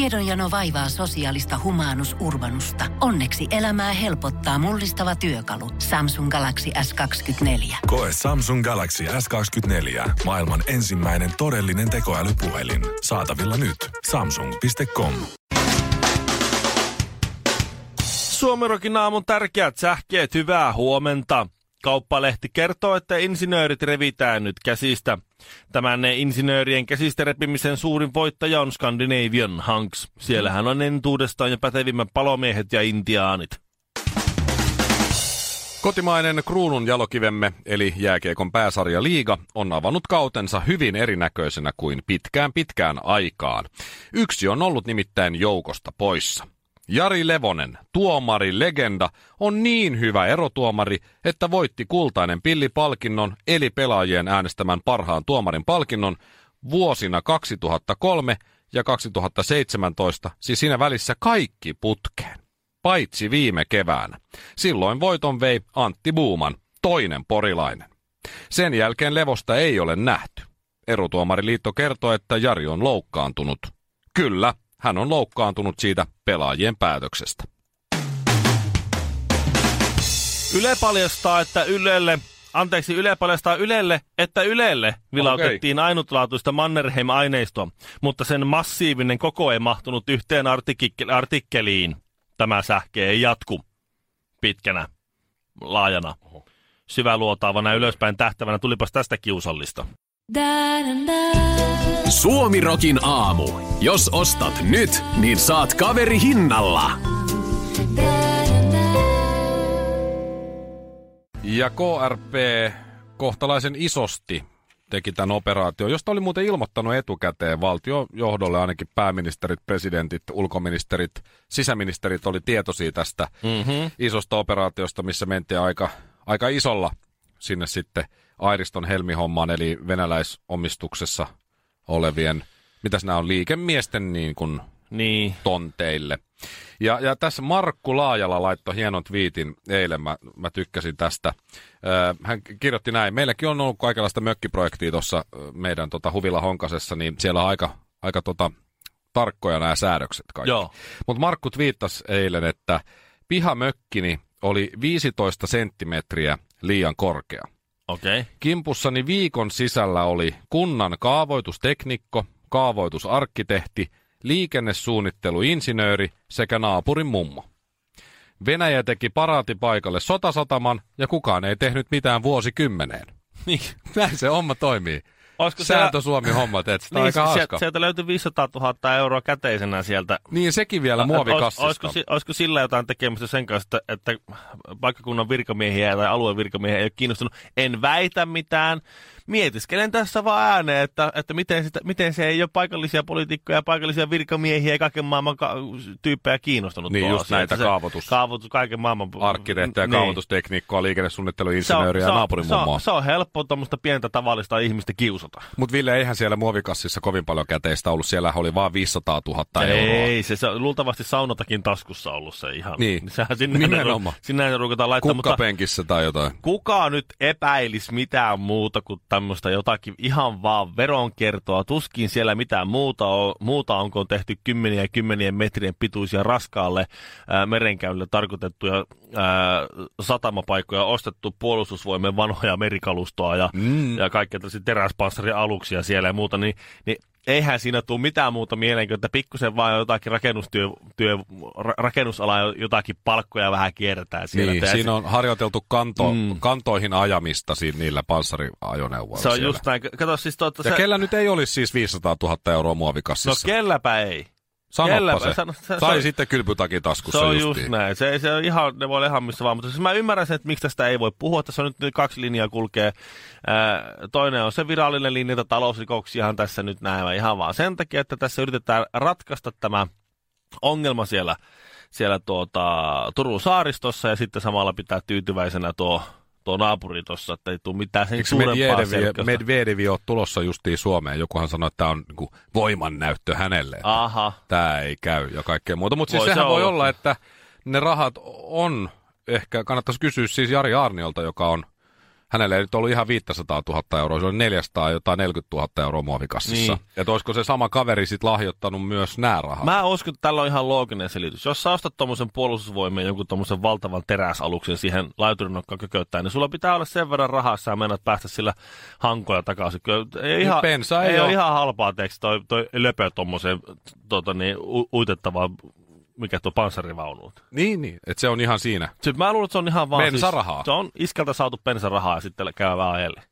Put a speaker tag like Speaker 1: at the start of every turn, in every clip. Speaker 1: Tiedonjano vaivaa sosiaalista humanus urbanusta. Onneksi elämää helpottaa mullistava työkalu. Samsung Galaxy S24.
Speaker 2: Koe Samsung Galaxy S24. Maailman ensimmäinen todellinen tekoälypuhelin. Saatavilla nyt. Samsung.com.
Speaker 3: Suomirokin aamun tärkeät sähkeet, hyvää huomenta. Kauppalehti kertoo, että insinöörit revitään nyt käsistä. Tämän insinöörien käsistä repimisen suurin voittaja on Scandinavian Hanks. Siellähän on entuudestaan jo pätevimmät palomiehet ja intiaanit.
Speaker 4: Kotimainen kruunun jalokivemme, eli jääkiekon pääsarja Liiga, on avannut kautensa hyvin erinäköisenä kuin pitkään pitkään aikaan. Yksi on ollut nimittäin joukosta poissa. Jari Levonen, tuomari legenda, on niin hyvä erotuomari, että voitti kultainen pillipalkinnon eli pelaajien äänestämän parhaan tuomarin palkinnon vuosina 2003 ja 2017, siis siinä välissä kaikki putkeen. Paitsi viime keväänä. Silloin voiton vei Antti Buuman, toinen porilainen. Sen jälkeen Levosta ei ole nähty. Erotuomariliitto kertoo, että Jari on loukkaantunut. Kyllä, hän on loukkaantunut siitä pelaajien päätöksestä.
Speaker 3: Yle paljastaa, että Ylelle, anteeksi, Yle paljastaa Ylelle, että Ylelle vilautettiin okay. ainutlaatuista Mannerheim-aineistoa, mutta sen massiivinen koko ei mahtunut yhteen artik- artikkeliin. Tämä sähkö ei jatku pitkänä, laajana, syväluotaavana ja ylöspäin tähtävänä. Tulipas tästä kiusallista.
Speaker 5: Suomirokin aamu. Jos ostat nyt, niin saat kaveri hinnalla.
Speaker 4: Ja KRP kohtalaisen isosti teki tämän operaation, josta oli muuten ilmoittanut etukäteen valtiojohdolle, ainakin pääministerit, presidentit, ulkoministerit, sisäministerit oli tietoisia tästä mm-hmm. isosta operaatiosta, missä mentiin aika, aika isolla sinne sitten Airiston helmihommaan, eli venäläisomistuksessa olevien, mitäs nämä on, liikemiesten niin kuin niin. tonteille. Ja, ja tässä Markku Laajala laittoi hienon twiitin eilen, mä, mä tykkäsin tästä. Ö, hän kirjoitti näin, meilläkin on ollut kaikenlaista mökkiprojektia tuossa meidän tota, Huvila Honkasessa, niin siellä on aika, aika tota, tarkkoja nämä säädökset kaikki. Mutta Markku twiittasi eilen, että pihamökkini oli 15 senttimetriä liian korkea.
Speaker 3: Okay.
Speaker 4: Kimpussani viikon sisällä oli kunnan kaavoitusteknikko, kaavoitusarkkitehti, liikennesuunnitteluinsinööri sekä naapurin mummo. Venäjä teki paraatipaikalle sotasataman ja kukaan ei tehnyt mitään vuosikymmeneen.
Speaker 3: Niin.
Speaker 4: Näin se homma toimii.
Speaker 3: Olisiko
Speaker 4: Sääntö Suomi homma, teet sitä
Speaker 3: niin,
Speaker 4: aika
Speaker 3: sieltä,
Speaker 4: hauska.
Speaker 3: sieltä löytyi 500 000 euroa käteisenä sieltä.
Speaker 4: Niin sekin vielä muovikassista.
Speaker 3: Olisiko, si- olisiko sillä jotain tekemistä sen kanssa, että, että paikkakunnan virkamiehiä tai alueen virkamiehiä ei ole kiinnostunut? En väitä mitään. Mietiskelen tässä vaan ääneen, että, että miten, sitä, miten se ei ole paikallisia poliitikkoja, paikallisia virkamiehiä ja kaiken maailman ka- tyyppejä kiinnostanut.
Speaker 4: Niin,
Speaker 3: tuo
Speaker 4: just
Speaker 3: asia.
Speaker 4: näitä
Speaker 3: Että se
Speaker 4: kaavoitus-
Speaker 3: Kaavoitus, kaiken maailman...
Speaker 4: arkkitehtiä,
Speaker 3: Niin.
Speaker 4: kaavoitustekniikkoa,
Speaker 3: Se on-
Speaker 4: liikennesuunnitteluinsinööriä
Speaker 3: se
Speaker 4: ja
Speaker 3: on-
Speaker 4: naapurin
Speaker 3: se on-
Speaker 4: mummoa.
Speaker 3: Se on helppo tuommoista pientä tavallista ihmistä kiusata.
Speaker 4: Mutta Ville, eihän siellä muovikassissa kovin paljon käteistä ollut. Siellä oli vain 500 000 euroa.
Speaker 3: Ei, se, se on luultavasti saunotakin taskussa ollut se ihan.
Speaker 4: Niin.
Speaker 3: Sehän sinne
Speaker 4: Nimenomaan.
Speaker 3: ru- Sinne ruukataan laittaa, mutta
Speaker 4: Kukkapenkissä tai jotain.
Speaker 3: kuka nyt epäilisi mitään muuta kuin tämmöistä jotakin ihan vaan veronkertoa. Tuskin siellä mitään muuta, on, muuta onko on tehty kymmeniä ja kymmeniä metrien pituisia raskaalle ää, merenkäylle tarkoitettuja ää, satamapaikkoja, ostettu puolustusvoimien vanhoja merikalustoa ja, mm. ja kaikkia tällaisia teräspanssarialuksia siellä ja muuta, niin, niin eihän siinä tule mitään muuta mieleen, kuin että pikkusen vaan jotakin rakennustyö, työ, ra, rakennusalaa jotakin palkkoja vähän kierretään siellä.
Speaker 4: Niin,
Speaker 3: Tehdään
Speaker 4: siinä on harjoiteltu kanto, mm. kantoihin ajamista siinä, niillä panssariajoneuvoilla
Speaker 3: Se on
Speaker 4: siellä.
Speaker 3: just näin. Kato siis tuota,
Speaker 4: Ja
Speaker 3: se...
Speaker 4: kellä nyt ei olisi siis 500 000 euroa
Speaker 3: No
Speaker 4: muovikassissa?
Speaker 3: kelläpä ei.
Speaker 4: Sanoppa
Speaker 3: kelläpä,
Speaker 4: se.
Speaker 3: sano- se-
Speaker 4: tai
Speaker 3: se-
Speaker 4: sitten kylpytakin
Speaker 3: Se
Speaker 4: taskussa
Speaker 3: on just
Speaker 4: justiin.
Speaker 3: näin. Se, se on ihan, ne voi olla ihan missä vaan, mutta siis mä ymmärrän sen, että miksi tästä ei voi puhua. Tässä on nyt kaksi linjaa kulkee. Ää, toinen on se virallinen linja, että talousrikoksiahan tässä nyt näemme ihan vaan sen takia, että tässä yritetään ratkaista tämä ongelma siellä, siellä tuota, Turun saaristossa ja sitten samalla pitää tyytyväisenä tuo, tuo naapuri tuossa, että ei tule mitään sen
Speaker 4: Eikö
Speaker 3: suurempaa
Speaker 4: Medvedev,
Speaker 3: selkkausta.
Speaker 4: Medvedev ole tulossa justiin Suomeen? Jokuhan sanoi, että tämä on niinku voimannäyttö hänelle. että
Speaker 3: Aha,
Speaker 4: tämä ei käy ja kaikkea muuta. Mutta siis
Speaker 3: Voi
Speaker 4: sehän
Speaker 3: se
Speaker 4: voi
Speaker 3: olla.
Speaker 4: olla, että ne rahat on, ehkä kannattaisi kysyä siis Jari Arniolta, joka on hänellä ei nyt ollut ihan 500 000 euroa, se oli 400 jotain 40 000 euroa muovikassissa.
Speaker 3: Niin.
Speaker 4: Niin. Että olisiko se sama kaveri sitten lahjoittanut myös nämä rahat?
Speaker 3: Mä uskon, että tällä on ihan looginen selitys. Jos sä ostat tuommoisen puolustusvoimien jonkun tuommoisen valtavan teräsaluksen siihen laiturinokkaan kököttään, niin sulla pitää olla sen verran rahaa, että sä menet päästä sillä hankoilla takaisin. Kyllä Ei, ihan,
Speaker 4: bensa ei
Speaker 3: Niin ei ole
Speaker 4: oo-
Speaker 3: ihan halpaa teksti toi, toi löpö tuommoiseen tota, niin, u- uitettavaan, mikä tuo panssarivaunuun.
Speaker 4: Niin, niin. Että se on ihan siinä.
Speaker 3: Siis mä luulen, että se on ihan vaan...
Speaker 4: Bensarahaa.
Speaker 3: Siis, se on iskeltä saatu pensarahaa ja sitten käy vähän ajelle.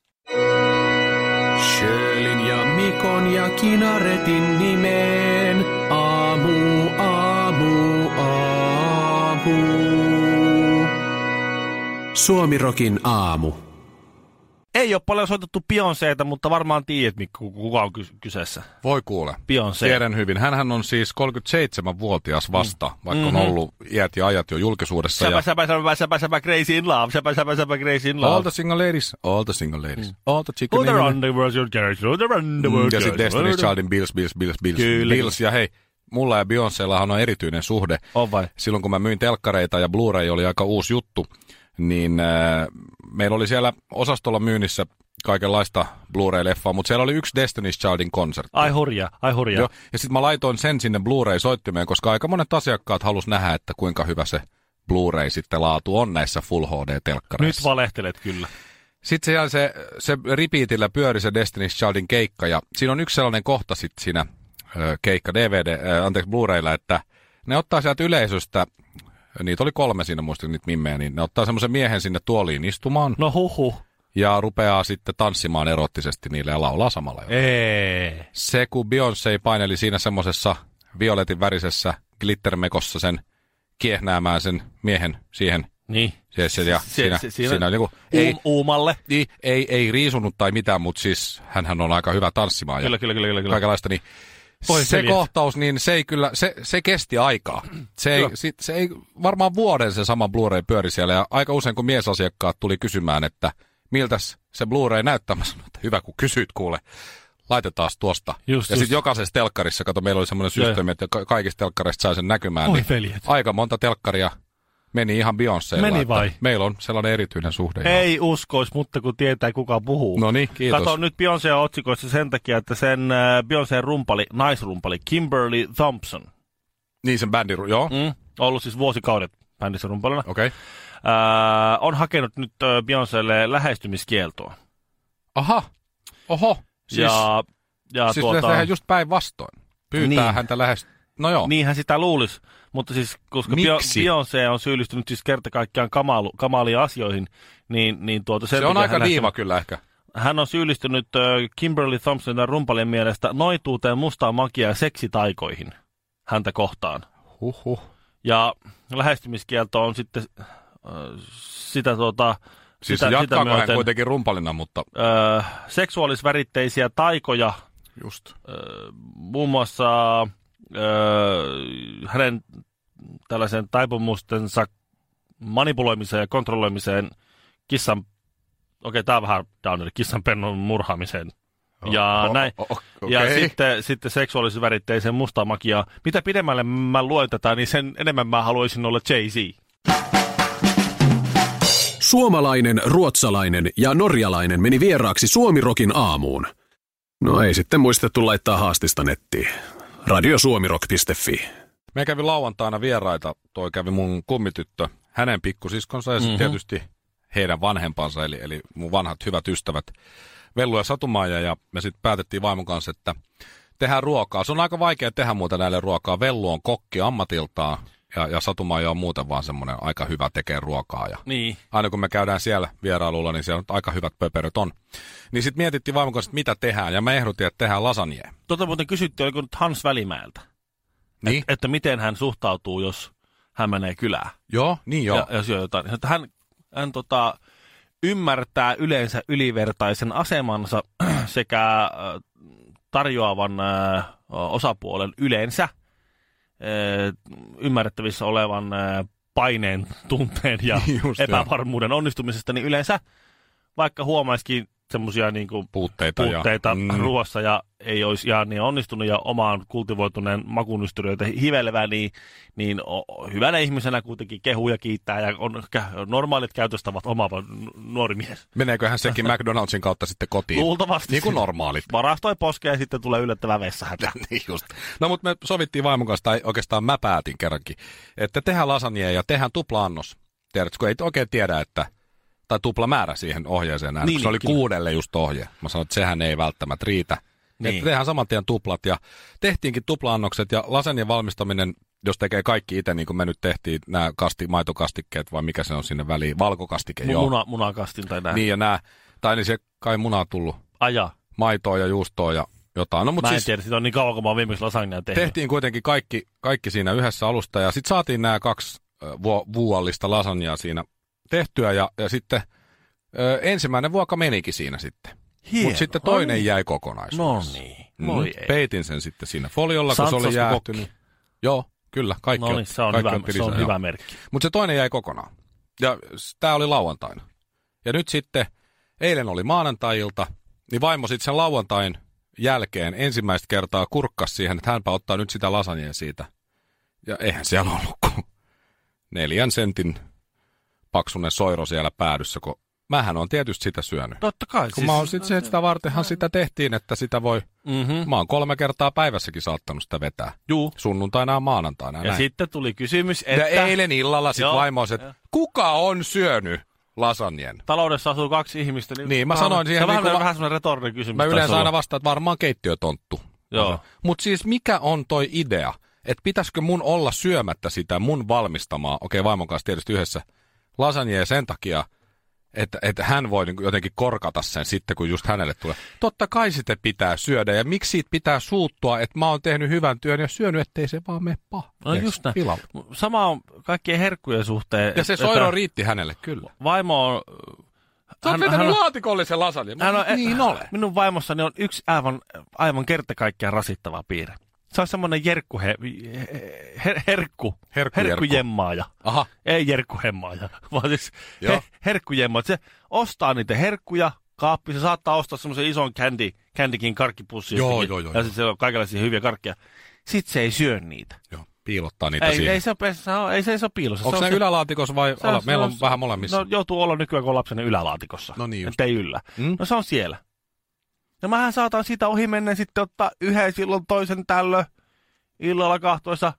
Speaker 5: Sjölin ja Mikon ja Kinaretin nimeen. Aamu, aamu, aamu. Suomirokin aamu.
Speaker 3: Ei ole paljon soitettu Beyoncéta, mutta varmaan tiedät, Mikko, kuka on ky- kyseessä.
Speaker 4: Voi kuule.
Speaker 3: Beyoncé.
Speaker 4: Tiedän hyvin. Hänhän on siis 37-vuotias vasta, mm. vaikka
Speaker 3: Mhm.
Speaker 4: mm-hmm. on ollut iät ja ajat jo julkisuudessa.
Speaker 3: Säpä,
Speaker 4: ja...
Speaker 3: säpä, säpä, säpä, säpä, crazy in love. Säpä, säpä, säpä, crazy in love.
Speaker 4: All the single ladies, all the single ladies, mm. all the chicken
Speaker 3: Who the
Speaker 4: women.
Speaker 3: underworld your girls, who the
Speaker 4: Mm,
Speaker 3: underworld
Speaker 4: Ja
Speaker 3: girls,
Speaker 4: sitten Destiny's Childin Bills, Bills, Bills, Bills,
Speaker 3: Kyllä.
Speaker 4: Bills. Ja hei, mulla ja Beyoncéllahan on erityinen suhde.
Speaker 3: On vai?
Speaker 4: Silloin kun mä myin telkkareita ja Blu-ray oli aika uusi juttu, niin äh, meillä oli siellä osastolla myynnissä kaikenlaista Blu-ray-leffaa, mutta siellä oli yksi Destiny's Childin konsertti.
Speaker 3: Ai hurja, ai hurja.
Speaker 4: Joo. Ja sitten mä laitoin sen sinne Blu-ray-soittimeen, koska aika monet asiakkaat halus nähdä, että kuinka hyvä se Blu-ray sitten laatu on näissä Full
Speaker 3: Nyt
Speaker 4: HD-telkkareissa.
Speaker 3: valehtelet kyllä.
Speaker 4: Sitten siellä se, se repeatillä pyöri se Destiny's Childin keikka, ja siinä on yksi sellainen kohta sitten siinä ö, keikka DVD, ö, anteeksi Blu-raylla, että ne ottaa sieltä yleisöstä, niitä oli kolme siinä muistin niitä mimmejä, niin ne ottaa semmoisen miehen sinne tuoliin istumaan,
Speaker 3: No huhu.
Speaker 4: ja rupeaa sitten tanssimaan erottisesti niille ja laulaa samalla. jotain.
Speaker 3: Ei.
Speaker 4: Se, kun Beyoncé paineli siinä semmoisessa violetin värisessä glittermekossa sen kiehnäämään sen miehen siihen,
Speaker 3: Niin.
Speaker 4: siihen, siihen ja
Speaker 3: Se-
Speaker 4: siinä,
Speaker 3: se-
Speaker 4: siinä, siinä on joku, ei,
Speaker 3: Uum, uumalle.
Speaker 4: niin, ei, ei riisunut tai mitään, mutta siis hänhän on aika hyvä tanssimaan
Speaker 3: Kyllä,
Speaker 4: ja
Speaker 3: kyllä, kyllä, kyllä. kyllä.
Speaker 4: kaikenlaista. Niin
Speaker 3: Voi
Speaker 4: se
Speaker 3: veljet.
Speaker 4: kohtaus, niin se ei kyllä, se, se kesti aikaa. Se ei,
Speaker 3: Joo.
Speaker 4: sit, se ei, varmaan vuoden se sama Blu-ray pyöri siellä ja aika usein kun miesasiakkaat tuli kysymään, että miltäs se Blu-ray näyttää, mä sanoin, että hyvä kun kysyt kuule. Laitetaan tuosta.
Speaker 3: Just,
Speaker 4: ja
Speaker 3: just.
Speaker 4: sitten jokaisessa telkkarissa, kato, meillä oli semmoinen
Speaker 3: Joo,
Speaker 4: systeemi, että ka- kaikista telkkareista sai sen näkymään.
Speaker 3: Oi
Speaker 4: niin
Speaker 3: veljet.
Speaker 4: aika monta telkkaria meni ihan Beyoncélla.
Speaker 3: Meni
Speaker 4: että
Speaker 3: vai?
Speaker 4: Meillä on sellainen erityinen suhde.
Speaker 3: Ei uskois, mutta kun tietää kuka puhuu.
Speaker 4: No niin, kiitos.
Speaker 3: Kato nyt Beyoncé on otsikoissa sen takia, että sen äh, Beyoncé rumpali, naisrumpali Kimberly Thompson,
Speaker 4: Niin sen bändin, ru- joo.
Speaker 3: mm. ollut siis vuosikaudet bändissä rumpalina,
Speaker 4: Okei. Okay.
Speaker 3: äh, on hakenut nyt äh, Beyoncélle lähestymiskieltoa.
Speaker 4: Aha. Oho. Siis, ja,
Speaker 3: ja, ja
Speaker 4: siis tuota...
Speaker 3: tuota,
Speaker 4: tehdään just päinvastoin. Pyytää
Speaker 3: Niin.
Speaker 4: niin. häntä lähes... No joo. Niin.
Speaker 3: niinhän sitä luulisi, mutta siis koska Bio-
Speaker 4: Miksi?
Speaker 3: Beyoncé on syyllistynyt siis kerta kaikkiaan kamalu, kamaliin asioihin, niin, niin tuota, sen
Speaker 4: Se on
Speaker 3: takia
Speaker 4: aika
Speaker 3: hän-
Speaker 4: diiva kyllä ehkä.
Speaker 3: Hän on syyllistynyt ö, Kimberly Thompsonin rumpalin mielestä noituuteen, mustaan makia ja seksitaikoihin häntä kohtaan.
Speaker 4: Huhhuh.
Speaker 3: Ja lähestymiskielto on sitten ö, sitä tuota...
Speaker 4: Siis
Speaker 3: sitä, sitä
Speaker 4: jatkaako hän
Speaker 3: myöten,
Speaker 4: kuitenkin rumpalina, mutta
Speaker 3: ö, seksuaalisväritteisiä taikoja,
Speaker 4: just.
Speaker 3: ö, muun muassa ö, hänen tällaisen taipumustensa manipuloimiseen ja kontrolloimiseen kissan, okei okay, tämä on vähän downeri, kissan pennon murhaamiseen. Ja näin.
Speaker 4: O- o- okay.
Speaker 3: Ja sitten, sitten seksuaalisen väritteisen mustaa makiaa. Mitä pidemmälle mä luen tätä, niin sen enemmän mä haluaisin olla Jay-Z.
Speaker 5: Suomalainen, ruotsalainen ja norjalainen meni vieraaksi Suomirokin aamuun. No ei sitten muistettu laittaa haastista nettiin. Radiosuomirok.fi
Speaker 4: Me kävi lauantaina vieraita, toi kävi mun kummityttö, hänen pikkusiskonsa ja mm-hmm. tietysti heidän vanhempansa, eli, eli mun vanhat hyvät ystävät Vellu ja Satumaija, ja me sitten päätettiin vaimon kanssa, että tehdään ruokaa. Se on aika vaikea tehdä muuta näille ruokaa. Vellu on kokki ammatiltaan, ja, ja Satumaija on muuten vaan semmoinen aika hyvä tekee ruokaa. Ja
Speaker 3: Niin.
Speaker 4: aina kun me käydään siellä vierailulla, niin siellä on aika hyvät pöperöt on. Niin sitten mietittiin vaimon kanssa, että mitä tehdään, ja mä ehdotin, että tehdään lasagne.
Speaker 3: Tota muuten kysyttiin, oliko nyt Hans Välimäeltä,
Speaker 4: Niin? Et,
Speaker 3: että miten hän suhtautuu, jos hän menee kylään
Speaker 4: joo, niin joo.
Speaker 3: ja, ja syö jotain. Että hän hän tota, ymmärtää yleensä ylivertaisen asemansa sekä äh, tarjoavan äh, osapuolen yleensä äh, ymmärrettävissä olevan äh, paineen, tunteen ja
Speaker 4: Just joo.
Speaker 3: epävarmuuden onnistumisesta, niin yleensä vaikka huomaisikin semmoisia niin kuin
Speaker 4: Puutteita,
Speaker 3: puutteita
Speaker 4: ja,
Speaker 3: mm. ruoassa ja ei olisi ihan niin onnistunut ja omaan kultivoituneen makunystyröitä hivelevä, niin, niin o- hyvänä ihmisenä kuitenkin kehuu ja kiittää ja on kä- normaalit käytöstavat omaava nu- nuori mies.
Speaker 4: Meneeköhän sekin McDonaldsin kautta sitten kotiin?
Speaker 3: Luultavasti.
Speaker 4: Niin kuin normaalit.
Speaker 3: Varastoi poskea ja sitten tulee yllättävä vessahätä.
Speaker 4: niin just. No mutta me sovittiin vaimon kanssa, tai oikeastaan mä päätin kerrankin, että tehdään lasagne ja tehdään tupla-annos. Tiedätkö, kun ei oikein tiedä, että tai tupla määrä siihen ohjeeseen näin.
Speaker 3: Niin,
Speaker 4: Niin, se oli
Speaker 3: kyllä.
Speaker 4: kuudelle just ohje. Mä sanoin, että sehän ei välttämättä riitä. Niin.
Speaker 3: Niin.
Speaker 4: Että tehdään saman tien tuplat ja tehtiinkin tuplaannokset ja lasagnen valmistaminen, jos tekee kaikki itse, niin kuin me nyt tehtiin, nämä kasti, maitokastikkeet vai mikä se on sinne väliin, valkokastike, joo.
Speaker 3: Muna, munakastin tai näin. Niin.
Speaker 4: Niin ja nämä, tai niin se kai munaa tullut,
Speaker 3: Aja.
Speaker 4: maitoa ja juustoa ja jotain. No
Speaker 3: Mä
Speaker 4: mutta
Speaker 3: en
Speaker 4: siis,
Speaker 3: tiedä, siitä on niin kauan, kun mä oon viimeksi lasagnea tehnyt.
Speaker 4: Tehtiin kuitenkin kaikki, kaikki siinä yhdessä alusta ja sitten saatiin nämä kaksi ö, vu- vuollista lasagnaa siinä tehtyä ja, ja sitten ö, ensimmäinen vuoka menikin siinä sitten.
Speaker 3: Hienoa.
Speaker 4: Mutta sitten
Speaker 3: Ai
Speaker 4: toinen
Speaker 3: niin.
Speaker 4: jäi
Speaker 3: No
Speaker 4: kokonaisuudessa.
Speaker 3: niin.
Speaker 4: Mm.
Speaker 3: Voi ei.
Speaker 4: Peitin sen sitten siinä foliolla, kun se
Speaker 3: Satsas
Speaker 4: oli
Speaker 3: kun
Speaker 4: jäähtynyt.
Speaker 3: kokki.
Speaker 4: Joo, kyllä. Kaikki
Speaker 3: No niin, se on,
Speaker 4: kaikki
Speaker 3: hyvä, se on hyvä merkki.
Speaker 4: Mutta se toinen jäi kokonaan. Ja tämä oli lauantaina. Ja nyt sitten, eilen oli maanantai-ilta, niin vaimo sitten sen lauantain jälkeen ensimmäistä kertaa kurkkas siihen, että hänpä ottaa nyt sitä lasagnea siitä. Ja eihän siellä ollut kuin neljän sentin paksunen soiro siellä päädyssä, kun mähän on tietysti sitä syönyt.
Speaker 3: Totta kai.
Speaker 4: Kun mä oon sit se, sitä vartenhan sitä tehtiin, että sitä voi,
Speaker 3: mm-hmm.
Speaker 4: mä oon kolme kertaa päivässäkin saattanut sitä vetää.
Speaker 3: Juu.
Speaker 4: Sunnuntaina ja maanantaina.
Speaker 3: Ja
Speaker 4: näin.
Speaker 3: sitten tuli kysymys,
Speaker 4: Ja
Speaker 3: että...
Speaker 4: eilen illalla sitten
Speaker 3: Joo.
Speaker 4: vaimo on se, että kuka on syönyt lasanjen?
Speaker 3: taloudessa asuu kaksi ihmistä. Niin,
Speaker 4: Niin, mä
Speaker 3: vähän-
Speaker 4: sanoin siihen
Speaker 3: Se on vähän,
Speaker 4: niin kuin-
Speaker 3: vähän semmoinen retorinen kysymys.
Speaker 4: Mä
Speaker 3: taisi
Speaker 4: yleensä
Speaker 3: olla.
Speaker 4: aina vastaan, että varmaan keittiötonttu.
Speaker 3: Joo.
Speaker 4: Mutta siis mikä on toi idea? Että pitäisikö mun olla syömättä sitä mun valmistamaa, okei vaimon kanssa tietysti yhdessä, lasagnea sen takia, että, että hän voi niinku jotenkin korkata sen sitten, kun just hänelle tulee. Totta kai sitä pitää syödä ja miksi siitä pitää suuttua, että mä oon tehnyt hyvän työn ja syönyt, ettei se vaan mene paha.
Speaker 3: No just näin.
Speaker 4: Pilalle.
Speaker 3: Sama on kaikkien herkkujen suhteen.
Speaker 4: Ja
Speaker 3: et-
Speaker 4: se
Speaker 3: että
Speaker 4: soiro riitti hänelle, kyllä.
Speaker 3: Vaimo on... äh,
Speaker 4: Sä oot
Speaker 3: hän- hän
Speaker 4: vetänyt
Speaker 3: on-
Speaker 4: laatikollisen lasagne.
Speaker 3: Hän on, eh,
Speaker 4: niin ole.
Speaker 3: Minun vaimossani on yksi aivan, aivan kerta kaikkiaan rasittava piirre. Se on semmoinen jerkku, he, her, herkku,
Speaker 4: Herkkujärkku.
Speaker 3: herkkujemmaaja.
Speaker 4: Aha.
Speaker 3: Ei jerkkuhemmaaja, vaan siis
Speaker 4: Joo.
Speaker 3: he, herkkujemma. Se ostaa niitä herkkuja, kaappi, se saattaa ostaa semmoisen ison candy, candykin karkkipussin.
Speaker 4: Joo,
Speaker 3: jostakin.
Speaker 4: joo, joo,
Speaker 3: Ja
Speaker 4: joo.
Speaker 3: sitten siellä on kaikenlaisia hyviä karkkeja. Sitten se ei syö niitä.
Speaker 4: Joo, piilottaa niitä
Speaker 3: Ei,
Speaker 4: siihen.
Speaker 3: ei, se, ole, pes- se on- ei, se, ei se ole piilossa.
Speaker 4: Onko
Speaker 3: se
Speaker 4: ne
Speaker 3: on se-
Speaker 4: ylälaatikossa vai
Speaker 3: se
Speaker 4: ala?
Speaker 3: se
Speaker 4: Meillä on vähän molemmissa.
Speaker 3: No joutuu olla nykyään, kun on lapsena ylälaatikossa.
Speaker 4: No niin just.
Speaker 3: Ettei yllä.
Speaker 4: Mm?
Speaker 3: No se on siellä. No mähän saatan sitä ohi mennä sitten ottaa yhden silloin toisen tällöin illalla kahtoissa.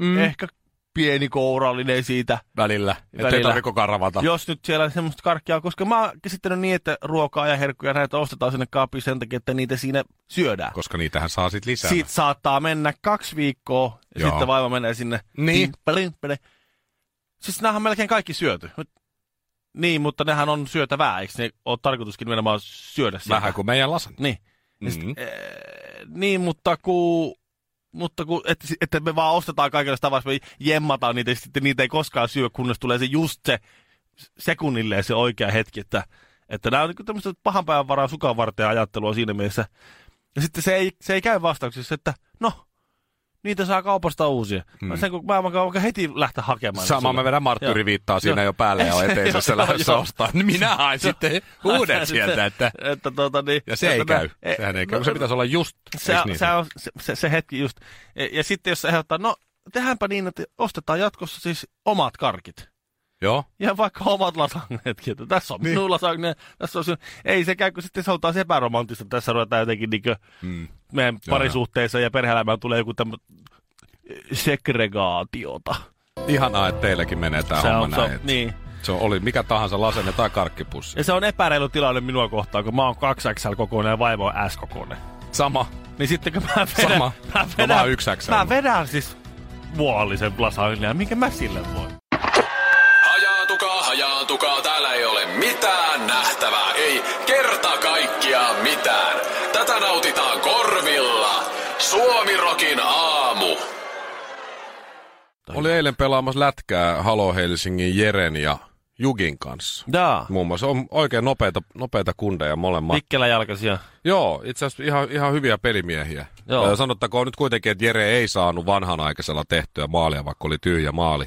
Speaker 3: Mm. Ehkä pieni kourallinen siitä,
Speaker 4: Välillä. Ettei
Speaker 3: Välillä.
Speaker 4: tarvi koko ajan ravata.
Speaker 3: jos nyt siellä semmoista karkkia, koska mä oon käsittänyt niin, että ruokaa ja herkkuja näitä ostetaan sinne kaappiin sen takia, että niitä siinä syödään.
Speaker 4: Koska niitähän saa sit lisää.
Speaker 3: Siitä saattaa mennä kaksi viikkoa ja
Speaker 4: Joo.
Speaker 3: sitten vaiva menee sinne.
Speaker 4: Niin.
Speaker 3: Timppeli, timppeli. Siis näähän on melkein kaikki syöty. Mut- Niin, mutta nehän on syötävää, eikö ne ole tarkoituskin nimenomaan syödä sitä?
Speaker 4: Vähän kuin meidän lasan.
Speaker 3: Niin. Ja
Speaker 4: Mm.
Speaker 3: Sit, ee, niin, mutta kun, mutta kun että, si- että me vaan ostetaan kaikenlaista tavaraa, me jemmataan niitä, ja sitten niitä ei koskaan syö, kunnes tulee se just se sekunnilleen se oikea hetki, että, että nämä on niinku tämmöistä pahan päivän varaa sukan varten ajattelua siinä mielessä. Ja sitten se ei, se ei käy vastauksessa, että no, niitä saa kaupasta uusia.
Speaker 4: Mm.
Speaker 3: Mm. Sen kun mä vaikka heti lähteä hakemaan. ne
Speaker 4: Sama
Speaker 3: sulle.
Speaker 4: mä vedän marttyyriviittaa siinä
Speaker 3: Joo.
Speaker 4: jo päälle ja on eteisessä
Speaker 3: Joo, joo,
Speaker 4: lähdössä
Speaker 3: joo.
Speaker 4: ostaa. Niin Minä haen sitten uuden sieltä. Että...
Speaker 3: että tuota, niin,
Speaker 4: Ja se ei
Speaker 3: että-
Speaker 4: käy. Sehän ei käy, kun se pitäisi olla just.
Speaker 3: no, Se,
Speaker 4: eiks niin?
Speaker 3: se, on, se, se, se hetki just. Ja, ja sitten jos se ehdottaa, no tehdäänpä niin, että ostetaan jatkossa siis omat karkit.
Speaker 4: Joo.
Speaker 3: Ja vaikka omat lasagnetkin, että tässä on niin. minun lasagne, tässä on sinun. Ei sekään, kun sitten se on taas epäromantista, että tässä ruvetaan jotenkin niin
Speaker 4: Mm.
Speaker 3: meidän parisuhteessa ja perheelämään tulee joku tämmöinen segregaatiota.
Speaker 4: Ihanaa, että teilläkin menee tämä
Speaker 3: se
Speaker 4: homma
Speaker 3: on, se,
Speaker 4: näin.
Speaker 3: on,
Speaker 4: että
Speaker 3: niin.
Speaker 4: Se oli mikä tahansa lasagne tai karkkipussi.
Speaker 3: Ja se on epäreilu tilanne minua kohtaan, kun mä oon 2XL-kokoinen ja vaimo on S-kokoinen.
Speaker 4: Sama.
Speaker 3: Niin sitten kun mä vedän,
Speaker 4: Sama.
Speaker 3: mä
Speaker 4: No
Speaker 3: vedän,
Speaker 4: mä oon 1XL.
Speaker 3: mä vedän siis vuolisen lasagnea, minkä mä sille voin.
Speaker 5: Hajaantukaa, hajaantukaa, täällä ei ole mitään nähtävää, ei kerta kaikkiaan mitään. Tätä nautitaan korvilla. Suomirokin aamu.
Speaker 4: Oli eilen pelaamassa lätkää Halo Helsingin Jeren ja Jugin kanssa.
Speaker 3: Jaa.
Speaker 4: Muun muassa on oikein nopeita, nopeita kundeja molemmat. Mik?
Speaker 3: Mikkelä jalkaisia.
Speaker 4: Joo, itse asiassa ihan, ihan hyviä pelimiehiä.
Speaker 3: Joo.
Speaker 4: Joo. Sanottakoon nyt kuitenkin, että Jere ei saanut vanhanaikaisella tehtyä maalia, vaikka oli tyhjä maali.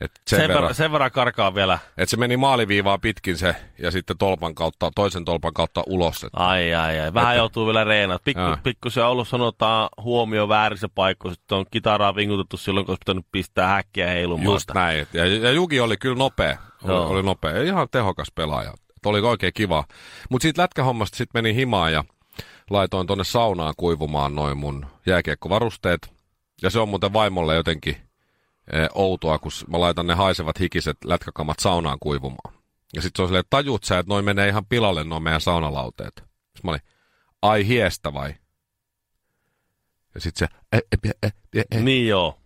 Speaker 4: Et sen,
Speaker 3: Sen,
Speaker 4: sen verran,
Speaker 3: verran, sen verran karkaa vielä.
Speaker 4: Et se meni maaliviivaa pitkin se ja sitten tolpan kautta, toisen tolpan kautta ulos. Et
Speaker 3: Ai, ai, ai. Vähän
Speaker 4: Että-
Speaker 3: joutuu vielä reenat. Pikku,
Speaker 4: Jaa.
Speaker 3: pikkusen ollut sanotaan huomio väärissä paikoissa. Sitten on kitaraa vingutettu silloin, kun olisi pitänyt pistää häkkiä heilumaan.
Speaker 4: just näin. Et- Ja, ja Juki oli kyllä nopea. Oli,
Speaker 3: Joo.
Speaker 4: oli nopea. Ja Ihan tehokas pelaaja. Et oli oikein kiva. Mutta siitä lätkähommasta sitten meni himaan ja laitoin tonne saunaan kuivumaan noin mun jääkiekkovarusteet. Ja se on muuten vaimolle jotenkin eh, outoa, kun s- mä laitan ne haisevat hikiset lätkäkamat saunaan kuivumaan. Ja sitten se on silleen, että tajut sä, että noin menee ihan pilalle noin meidän saunalauteet. Sitten mä olin, ai hiestä vai? Ja sitten se, "Eh, eh, eh, eh, eh,
Speaker 3: Niin joo.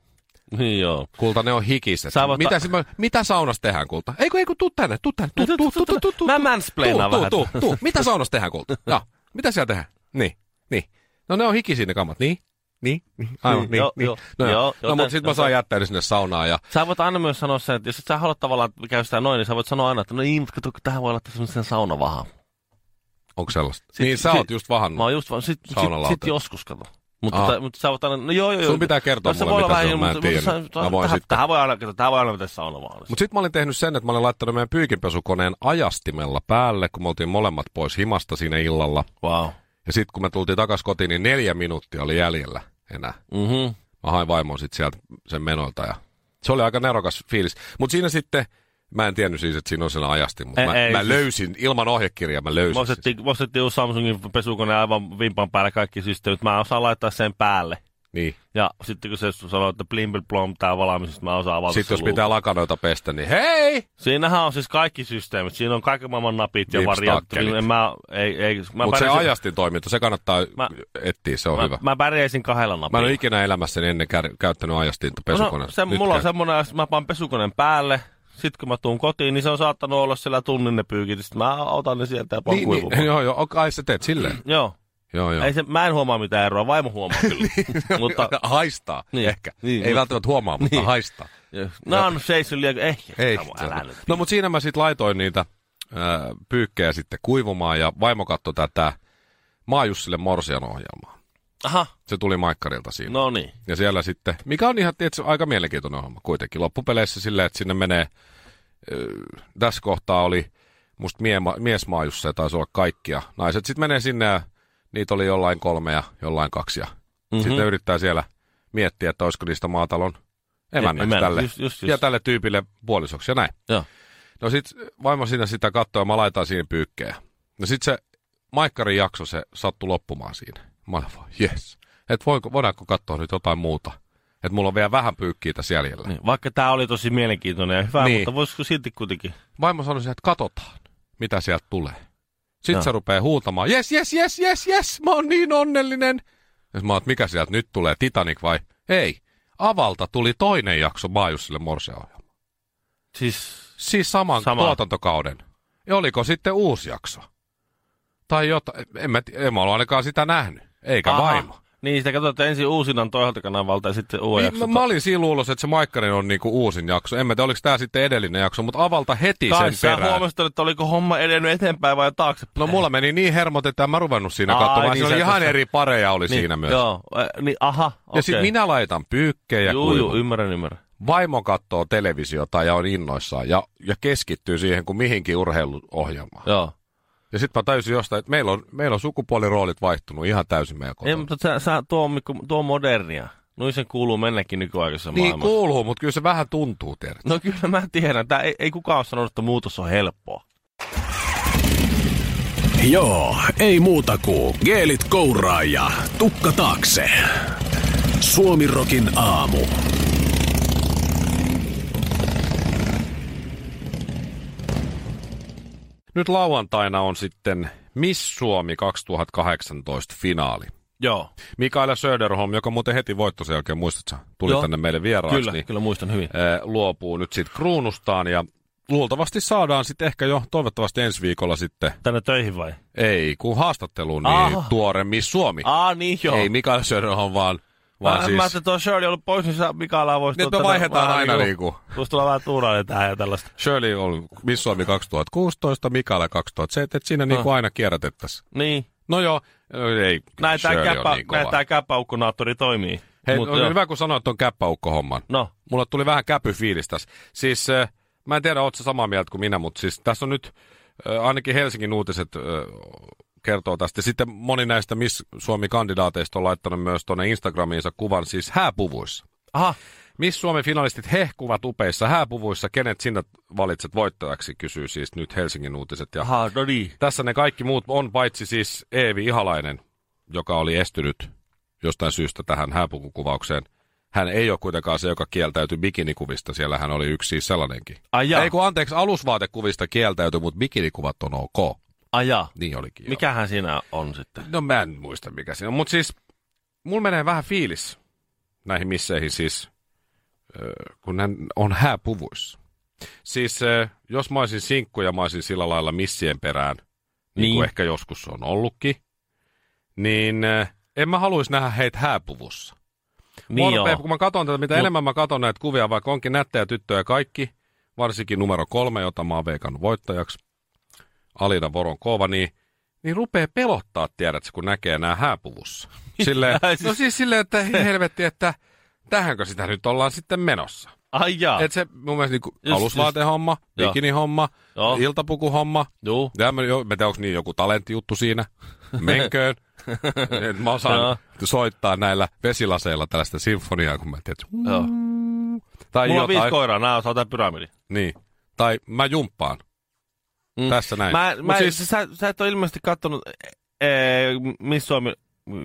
Speaker 3: Niin joo.
Speaker 4: Kulta, ne on hikiset.
Speaker 3: Sä voit-
Speaker 4: Mitä, ta... mitä saunassa tehdään, Kulta? Ei kun, ei kun, tuu tänne, tuu tänne. Tuu,
Speaker 3: Tuu,
Speaker 4: tuu,
Speaker 3: tuu,
Speaker 4: tuu,
Speaker 3: tuu,
Speaker 4: tuu, tuu,
Speaker 3: Mä
Speaker 4: tuu,
Speaker 3: mansplainaan
Speaker 4: tuu,
Speaker 3: vähän.
Speaker 4: tuu, tuu, tuu. Mitä saunassa tehdään, Kulta? Joo. Mitä siellä tehdään? Niin, niin. No ne on hikisiä ne kamat, niin? Niin, niin, aivan, niin,
Speaker 3: Niin,
Speaker 4: niin.
Speaker 3: joo,
Speaker 4: niin.
Speaker 3: joo,
Speaker 4: no,
Speaker 3: joo,
Speaker 4: no
Speaker 3: joten-
Speaker 4: mutta sitten mä saan
Speaker 3: joten-
Speaker 4: jättää ne sinne saunaan ja
Speaker 3: Sä voit aina myös sanoa sen, että jos et sä haluat tavallaan käydä noin, niin sä voit sanoa aina, että no niin, mutta kato, kun tähän voi laittaa semmoisen saunavahan.
Speaker 4: onko sellaista?
Speaker 3: Sit-
Speaker 4: niin, sä
Speaker 3: sit-
Speaker 4: oot just
Speaker 3: Mä
Speaker 4: vahannut.
Speaker 3: oon just vaan, sit, sit,
Speaker 4: Saunalauteet.
Speaker 3: sit joskus kato. Mutta,
Speaker 4: Aha.
Speaker 3: tä, mutta sä voit aina, no joo, joo, joo.
Speaker 4: Sun pitää kertoa
Speaker 3: se
Speaker 4: mulle,
Speaker 3: voi olla
Speaker 4: mitä se
Speaker 3: vähän
Speaker 4: on, mä en
Speaker 3: mutta- mutta
Speaker 4: tiennyt.
Speaker 3: sä-
Speaker 4: Mä voin
Speaker 3: tähän,
Speaker 4: sitten-
Speaker 3: tähän voi aina, kato, tähän voi aina pitää saunavaa.
Speaker 4: Mutta sitten mä olin tehnyt sen, että mä olin laittanut meidän pyykinpesukoneen ajastimella päälle, kun me oltiin molemmat pois himasta siinä illalla.
Speaker 3: Wow.
Speaker 4: Ja sitten kun me tultiin takas kotiin, niin neljä minuuttia oli jäljellä enää.
Speaker 3: Mhm.
Speaker 4: mä hain vaimon sit sieltä sen menolta ja se oli aika nerokas fiilis. Mutta siinä sitten, mä en tiennyt siis, että siinä on sen ajasti, mutta
Speaker 3: Ei,
Speaker 4: mä,
Speaker 3: ei,
Speaker 4: mä
Speaker 3: siis-
Speaker 4: löysin, ilman ohjekirjaa mä
Speaker 3: Mä
Speaker 4: löysin. Siis.
Speaker 3: ostettiin, mä ostettiin uusi Samsungin pesukone aivan vimpan päällä kaikki systeemit. Mä osaan laittaa sen päälle.
Speaker 4: Niin.
Speaker 3: Ja sitten kun se sanoo, että blimbel blom, tää on valmis, niin mä osaan avata
Speaker 4: Sitten
Speaker 3: sen
Speaker 4: jos
Speaker 3: luukun.
Speaker 4: pitää lakanoita pestä, niin hei!
Speaker 3: Siinähän on siis kaikki systeemit. Siinä on kaiken maailman napit ja
Speaker 4: Lipstakkelit.
Speaker 3: variantit. En Mä, ei, ei, mä
Speaker 4: Mutta se
Speaker 3: pärjäsin-
Speaker 4: ajastin toiminta, se kannattaa
Speaker 3: Mä-
Speaker 4: etsiä, se on hyvä.
Speaker 3: Mä, mä pärjäisin kahdella
Speaker 4: Mä
Speaker 3: napilla.
Speaker 4: en ole ikinä elämässäni ennen kär, käyttänyt ajastinta pesukoneessa.
Speaker 3: No, se,
Speaker 4: Nyt
Speaker 3: mulla on
Speaker 4: käy.
Speaker 3: semmoinen, että mä panen pesukoneen päälle. Sitten kun mä tuun kotiin, niin se on saattanut olla siellä tunnin ne pyykit. Sitten mä otan ne sieltä ja panen
Speaker 4: niin, niin,
Speaker 3: kuivumaan.
Speaker 4: joo, joo, okay, ai, sä teet silleen.
Speaker 3: Joo.
Speaker 4: joo, joo. Niin,
Speaker 3: Ei se, mä en huomaa mitään eroa, vaimo huomaa kyllä. mutta
Speaker 4: haistaa niin,
Speaker 3: Niin,
Speaker 4: ehkä. Niin,
Speaker 3: niin,
Speaker 4: ei
Speaker 3: mut-
Speaker 4: välttämättä huomaa, mutta
Speaker 3: Niin.
Speaker 4: haistaa.
Speaker 3: no on seissyt liian, eh,
Speaker 4: Ei,
Speaker 3: Samu, älä nyt. niin.
Speaker 4: no mutta siinä mä sitten laitoin niitä ää, pyykkejä sitten kuivumaan ja vaimo katsoi tätä Maajussille Morsian ohjelmaa.
Speaker 3: Aha,
Speaker 4: Se tuli Maikkarilta siinä. No.
Speaker 3: no niin.
Speaker 4: Ja siellä sitten, mikä on ihan tietysti aika mielenkiintoinen ohjelma kuitenkin loppupeleissä silleen, että sinne menee, ää, tässä kohtaa oli musta miema, mies Maajussa ja taisi olla kaikkia. Naiset sitten menee sinne ja niitä oli jollain kolme ja jollain kaksi ja mm-hmm.
Speaker 3: Mhm.
Speaker 4: sitten ne yrittää siellä miettiä, että olisiko niistä maatalon emännäksi
Speaker 3: emännäksi,
Speaker 4: tälle,
Speaker 3: just- just-
Speaker 4: ja
Speaker 3: just.
Speaker 4: tälle tyypille puolisoksi ja näin.
Speaker 3: Joo.
Speaker 4: No sit vaimo siinä sitä kattoo ja mä laitan siinä pyykkejä. No sit se Maikkarin jakso, se sattui loppumaan siinä. Mä olin vaan, yes. Et voinko, voidaanko katsoa nyt jotain muuta? Et mulla on vielä vähän pyykkiä tässä jäljellä. Niin.
Speaker 3: niin. Vaikka tämä oli tosi mielenkiintoinen ja hyvä,
Speaker 4: Niin.
Speaker 3: niin. mutta voisiko silti kuitenkin?
Speaker 4: Vaimo sanoi siihen, että katsotaan, mitä sieltä tulee. Sitten
Speaker 3: Joo.
Speaker 4: se rupeaa huutamaan, yes, yes, yes, yes, yes, mä oon niin onnellinen. Ja sit mä oon, että mikä sieltä nyt tulee, Titanic vai? Ei, Avalta tuli toinen jakso Maajussille Morseohjelma.
Speaker 3: Siis
Speaker 4: Siis saman Sama.
Speaker 3: Sama.
Speaker 4: tuotantokauden. Ja oliko sitten uusi jakso? Tai jotain. En mä, ti- en mä ole ainakaan sitä nähnyt. Eikä Aha. vaimo.
Speaker 3: Niin, sitä katsotaan ensin uusinnan toiselta kanavalta ja sitten uuden
Speaker 4: Niin, mä,
Speaker 3: jakson
Speaker 4: mä olin siinä luulossa, että se Maikkarin on niinku uusin jakso. En mä tiedä, oliko tämä sitten edellinen jakso, mutta avalta heti
Speaker 3: Kai
Speaker 4: sen
Speaker 3: sä
Speaker 4: perään.
Speaker 3: huomasit, että oliko homma edennyt eteenpäin vai taaksepäin?
Speaker 4: No mulla meni niin hermot, että en mä ruvennut siinä
Speaker 3: Ai,
Speaker 4: katsomaan.
Speaker 3: niin
Speaker 4: Niin oli
Speaker 3: sä
Speaker 4: ihan
Speaker 3: tässä-
Speaker 4: eri pareja oli niin,
Speaker 3: niin,
Speaker 4: siinä myös. Joo,
Speaker 3: Joo, äh, niin aha,
Speaker 4: okay. Ja sitten minä laitan pyykkejä
Speaker 3: Juu, juu,
Speaker 4: kuivuun.
Speaker 3: ymmärrän, ymmärrän.
Speaker 4: Vaimo katsoo televisiota ja on innoissaan ja, ja keskittyy siihen kuin mihinkin urheiluohjelmaan.
Speaker 3: Joo.
Speaker 4: Ja sitten mä täysin jostain, että meillä on, meillä on sukupuoliroolit vaihtunut ihan täysin meidän
Speaker 3: Ei,
Speaker 4: kotona. Niin,
Speaker 3: mutta sä, sä, tuo, on, mikku- tuo on modernia. Noin sen kuuluu mennäkin nykyaikaisessa
Speaker 4: niin
Speaker 3: maailmassa.
Speaker 4: kuuluu, mutta kyllä se vähän tuntuu, tiedät.
Speaker 3: No kyllä mä tiedän. Tää ei, ei kukaan ole sanonut, että muutos on helppoa.
Speaker 5: Joo, ei muuta kuin geelit kouraa ja tukka taakse. Suomirokin aamu.
Speaker 4: Nyt lauantaina on sitten Miss Suomi 2018 finaali.
Speaker 3: Joo,
Speaker 4: Mikaela Söderholm, joka muuten heti voitto sen jälkeen, muistatko, tuli Joo.
Speaker 3: Joo.
Speaker 4: tänne meille vieraaksi,
Speaker 3: kyllä,
Speaker 4: niin
Speaker 3: kyllä muistan hyvin.
Speaker 4: ää, luopuu nyt siitä kruunustaan ja luultavasti saadaan sitten ehkä jo toivottavasti ensi viikolla sitten,
Speaker 3: Tänne töihin vai?
Speaker 4: ei kun haastatteluun, niin
Speaker 3: Aha.
Speaker 4: tuore Miss Suomi.
Speaker 3: Aa, niin joo.
Speaker 4: Ei Mikaela Söderholm, vaan, vaan
Speaker 3: mä,
Speaker 4: siis...
Speaker 3: mä ajattelin, että tuo Shirley ollut pois, niin sä Mikaela voisi...
Speaker 4: Nyt me vaihdetaan aina niinku.
Speaker 3: Tuossa tulee vähän tuurainen tähän ja tällaista.
Speaker 4: Shirley on Miss Suomi 2016, Mikaela 2007, että siinä niin
Speaker 3: Ah.
Speaker 4: kuin aina kierrätettäisiin.
Speaker 3: Niin.
Speaker 4: No joo, ö, ei.
Speaker 3: Näin tämä
Speaker 4: Shirley on
Speaker 3: käpä,
Speaker 4: niin kova.
Speaker 3: näin tää käppäukkonaattori toimii.
Speaker 4: Hei,
Speaker 3: Mut
Speaker 4: Mut, on
Speaker 3: joo.
Speaker 4: hyvä kun sanoit tuon käppäukko-homman.
Speaker 3: No,
Speaker 4: Mulle tuli vähän käpyfiilis tässä. Siis äh, mä en tiedä, ootko sä samaa mieltä kuin minä, mutta siis tässä on nyt äh, ainakin Helsingin uutiset äh, kertoo tästä. Sitten moni näistä Miss Suomi-kandidaateista on laittanut myös tuonne Instagramiinsa kuvan siis hääpuvuissa.
Speaker 3: aha,
Speaker 4: Miss Suomen finalistit hehkuvat upeissa hääpuvuissa. Kenet sinä valitset voittajaksi, kysyy siis nyt Helsingin uutiset. Ja
Speaker 3: aha, no niin.
Speaker 4: tässä ne kaikki muut on, paitsi siis Eevi Ihalainen, joka oli estynyt jostain syystä tähän hääpukukuvaukseen. Hän ei ole kuitenkaan se, joka kieltäytyi bikinikuvista. Siellä hän oli yksi siis sellainenkin.
Speaker 3: Ai jaa.
Speaker 4: Ei kun anteeksi, alusvaatekuvista kieltäytyi, mutta bikinikuvat on ok.
Speaker 3: Aja.
Speaker 4: Niin olikin. joo.
Speaker 3: Mikähän siinä on sitten?
Speaker 4: No mä en muista mikä siinä on, mutta siis mulla menee vähän fiilis näihin misseihin siis, ö, kun hän on hääpuvuissa. Siis ö, jos mä olisin sinkku ja mä olisin sillä lailla missien perään, niin, niin.
Speaker 3: Niin.
Speaker 4: kuin ehkä joskus on ollutkin, niin ö, en mä haluaisi nähdä heitä hääpuvussa. Mua
Speaker 3: Niin
Speaker 4: rupeaa,
Speaker 3: joo.
Speaker 4: kun mä katson tätä, mitä
Speaker 3: Mut-
Speaker 4: enemmän mä katson näitä kuvia, vaikka onkin nättejä tyttöjä kaikki, varsinkin numero kolme, jota mä oon veikannut voittajaksi, Alina Voronkova, niin, niin rupeaa pelottaa, tiedätkö, kun näkee nämä hääpuvussa. Silleen,
Speaker 3: Ai siis-
Speaker 4: no siis silleen, että helvetti, että tähänkö sitä nyt ollaan sitten menossa.
Speaker 3: Ai jaa.
Speaker 4: Et se mun mielestä niinku
Speaker 3: Ah. Just-
Speaker 4: alusvaatehomma,
Speaker 3: Joo.
Speaker 4: bikinihomma,
Speaker 3: Joo.
Speaker 4: iltapukuhomma.
Speaker 3: Juu.
Speaker 4: Ja mä, jo, mä tiedän, onko niin joku talenttijuttu siinä. Menköön. Et mä osaan
Speaker 3: Joo.
Speaker 4: soittaa näillä vesilaseilla tällaista sinfoniaa, kun mä tiedän,
Speaker 3: Joo.
Speaker 4: tai
Speaker 3: Mm. Mulla on viisi
Speaker 4: jotain.
Speaker 3: koiraa, nää osaa tämän pyramidin.
Speaker 4: Niin. Tai mä jumppaan.
Speaker 3: Mm.
Speaker 4: Mm. Tässä näin.
Speaker 3: Mä,
Speaker 4: Mut
Speaker 3: mä,
Speaker 4: siis,
Speaker 3: siis... sä, sä et ole ilmeisesti kattonut ee, Miss Suomi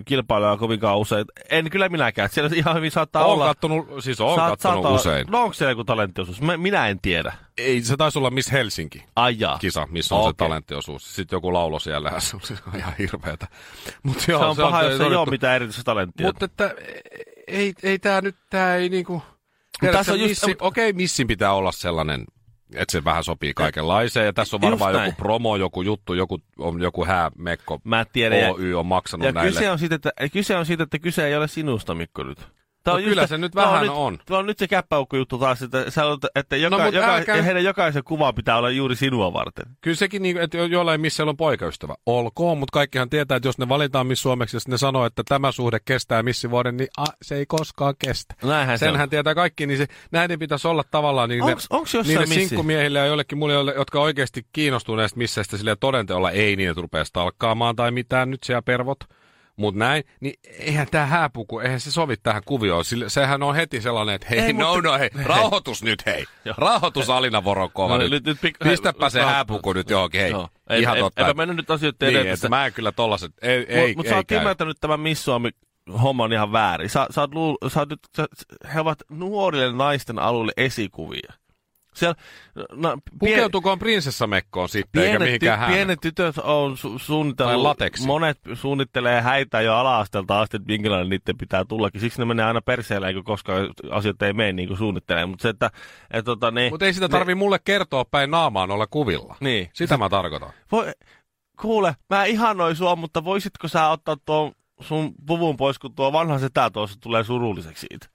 Speaker 3: kilpailua kovinkaan usein. En kyllä minäkään. Siellä ihan hyvin saattaa
Speaker 4: oon
Speaker 3: olla.
Speaker 4: kattonut, siis oon kattonut
Speaker 3: saattaa-
Speaker 4: usein.
Speaker 3: No onko siellä joku talenttiosuus? Mä, minä en tiedä.
Speaker 4: Ei, se taisi olla Miss Helsinki.
Speaker 3: Ajaa.
Speaker 4: kisa, missä on okay. se
Speaker 3: Okei.
Speaker 4: talenttiosuus. Sitten joku laulo siellä ja se on ihan hirveetä. Mut joo,
Speaker 3: Se on paha, jos ei
Speaker 4: on-
Speaker 3: ole mitään erityistä talenttia.
Speaker 4: Mutta että eh, ei, ei tämä nyt, tämä ei niinku... Tiedätkö,
Speaker 3: tässä on just-
Speaker 4: missi, Okei, okay, missin pitää olla sellainen, että se vähän sopii kaikenlaiseen. Ja tässä on varmaan
Speaker 3: Eh, Just
Speaker 4: joku
Speaker 3: näin.
Speaker 4: promo, joku juttu, joku, on joku häämekko.
Speaker 3: Mä tiedän. ja-
Speaker 4: Oy on maksanut
Speaker 3: Ja
Speaker 4: näille.
Speaker 3: kyse on, siitä, että, kyse on siitä, että kyse ei ole sinusta, Mikko, nyt. Tää
Speaker 4: No
Speaker 3: just-
Speaker 4: kyllä se nyt
Speaker 3: tää
Speaker 4: vähän
Speaker 3: nyt,
Speaker 4: on. No
Speaker 3: Tämä on nyt se käppäukku-juttu taas, että, sä olet, että joka,
Speaker 4: mut
Speaker 3: joka,
Speaker 4: älkää
Speaker 3: ja
Speaker 4: nyt-
Speaker 3: heidän jokaisen kuva pitää olla juuri sinua varten.
Speaker 4: Kyllä sekin, niinku, että jo- jollain missä on poikaystävä. Olkoon, mutta kaikkihan tietää, että jos ne valitaan missä suomeksi, jos ne sanoo, että tämä suhde kestää missivuoden, niin a, se ei koskaan kestä.
Speaker 3: No Näinhän se
Speaker 4: Senhän
Speaker 3: on.
Speaker 4: tietää kaikki, niin se, näiden pitäisi olla tavallaan niin
Speaker 3: Onks- onks jossain
Speaker 4: niille
Speaker 3: missi?
Speaker 4: sinkkumiehille ja joillekin muille, joille- jotka oikeasti kiinnostuu näistä missäistä sille todenteolla, ei niin, että rupeaa stalkkaamaan tai mitään nyt siellä pervot, mutta näin, niin eihän tämä hääpuku, eihän se sovi tähän kuvioon. Sille, sehän on heti sellainen, että hei,
Speaker 3: Ei,
Speaker 4: ei, no
Speaker 3: mutta-
Speaker 4: no hei, rauhoitus nyt hei.
Speaker 3: Joo.
Speaker 4: Rauhoitus Alina Vorokova
Speaker 3: No,
Speaker 4: nyt.
Speaker 3: nyt-
Speaker 4: nyt,
Speaker 3: nyt
Speaker 4: nyt
Speaker 3: pik- no,
Speaker 4: Pistäpä se
Speaker 3: hei,
Speaker 4: hääpuku nyt johonkin, hei.
Speaker 3: Joo.
Speaker 4: Ei, ihan
Speaker 3: en,
Speaker 4: totta.
Speaker 3: Enpä mennä nyt asioiden
Speaker 4: niin,
Speaker 3: edetessä.
Speaker 4: että mä en kyllä tollaset, ei, ei,
Speaker 3: Mut, mut
Speaker 4: ei
Speaker 3: sä oot
Speaker 4: käy.
Speaker 3: ymmärtänyt tämän Miss Suomi homman ihan väärin. Sä, sä oot luul, sä oot nyt, sä, he ovat nuorille naisten alueelle esikuvia. Siellä, no,
Speaker 4: Pukeutukoon prinsessamekkoon sitten, eikä
Speaker 3: Pienet,
Speaker 4: mihinkään
Speaker 3: ty-
Speaker 4: hänen.
Speaker 3: pienet tytöt on su-
Speaker 4: Tai
Speaker 3: suunnitellut,
Speaker 4: lateksi.
Speaker 3: monet suunnittelee häitä jo ala-astelta asti, että minkälainen niiden pitää tullakin. Siksi ne menee aina perseelle, eikö koskaan asiat ei mene niin kuin suunnittelee. Mutta se, että, et, tota, niin,
Speaker 4: Mutta ei sitä
Speaker 3: Ne-
Speaker 4: tarvi mulle kertoa päin naamaa noilla kuvilla.
Speaker 3: Niin.
Speaker 4: Sitä mä tarkoitan.
Speaker 3: Voi, kuule, mä ihanoin sua, mutta voisitko sä ottaa tuon sun puvun pois, kun tuo vanha setä tuossa tulee surulliseksi siitä.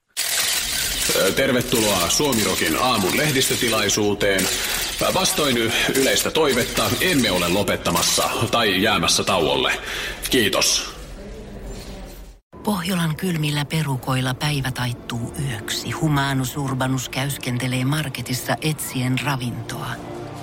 Speaker 5: Ö, Tervetuloa Suomirokin aamun lehdistötilaisuuteen. Ö, Vastoin yleistä toivetta, emme ole lopettamassa tai jäämässä tauolle. Kiitos.
Speaker 1: Pohjolan kylmillä perukoilla päivä taittuu yöksi. Humanus Urbanus käyskentelee marketissa etsien ravintoa.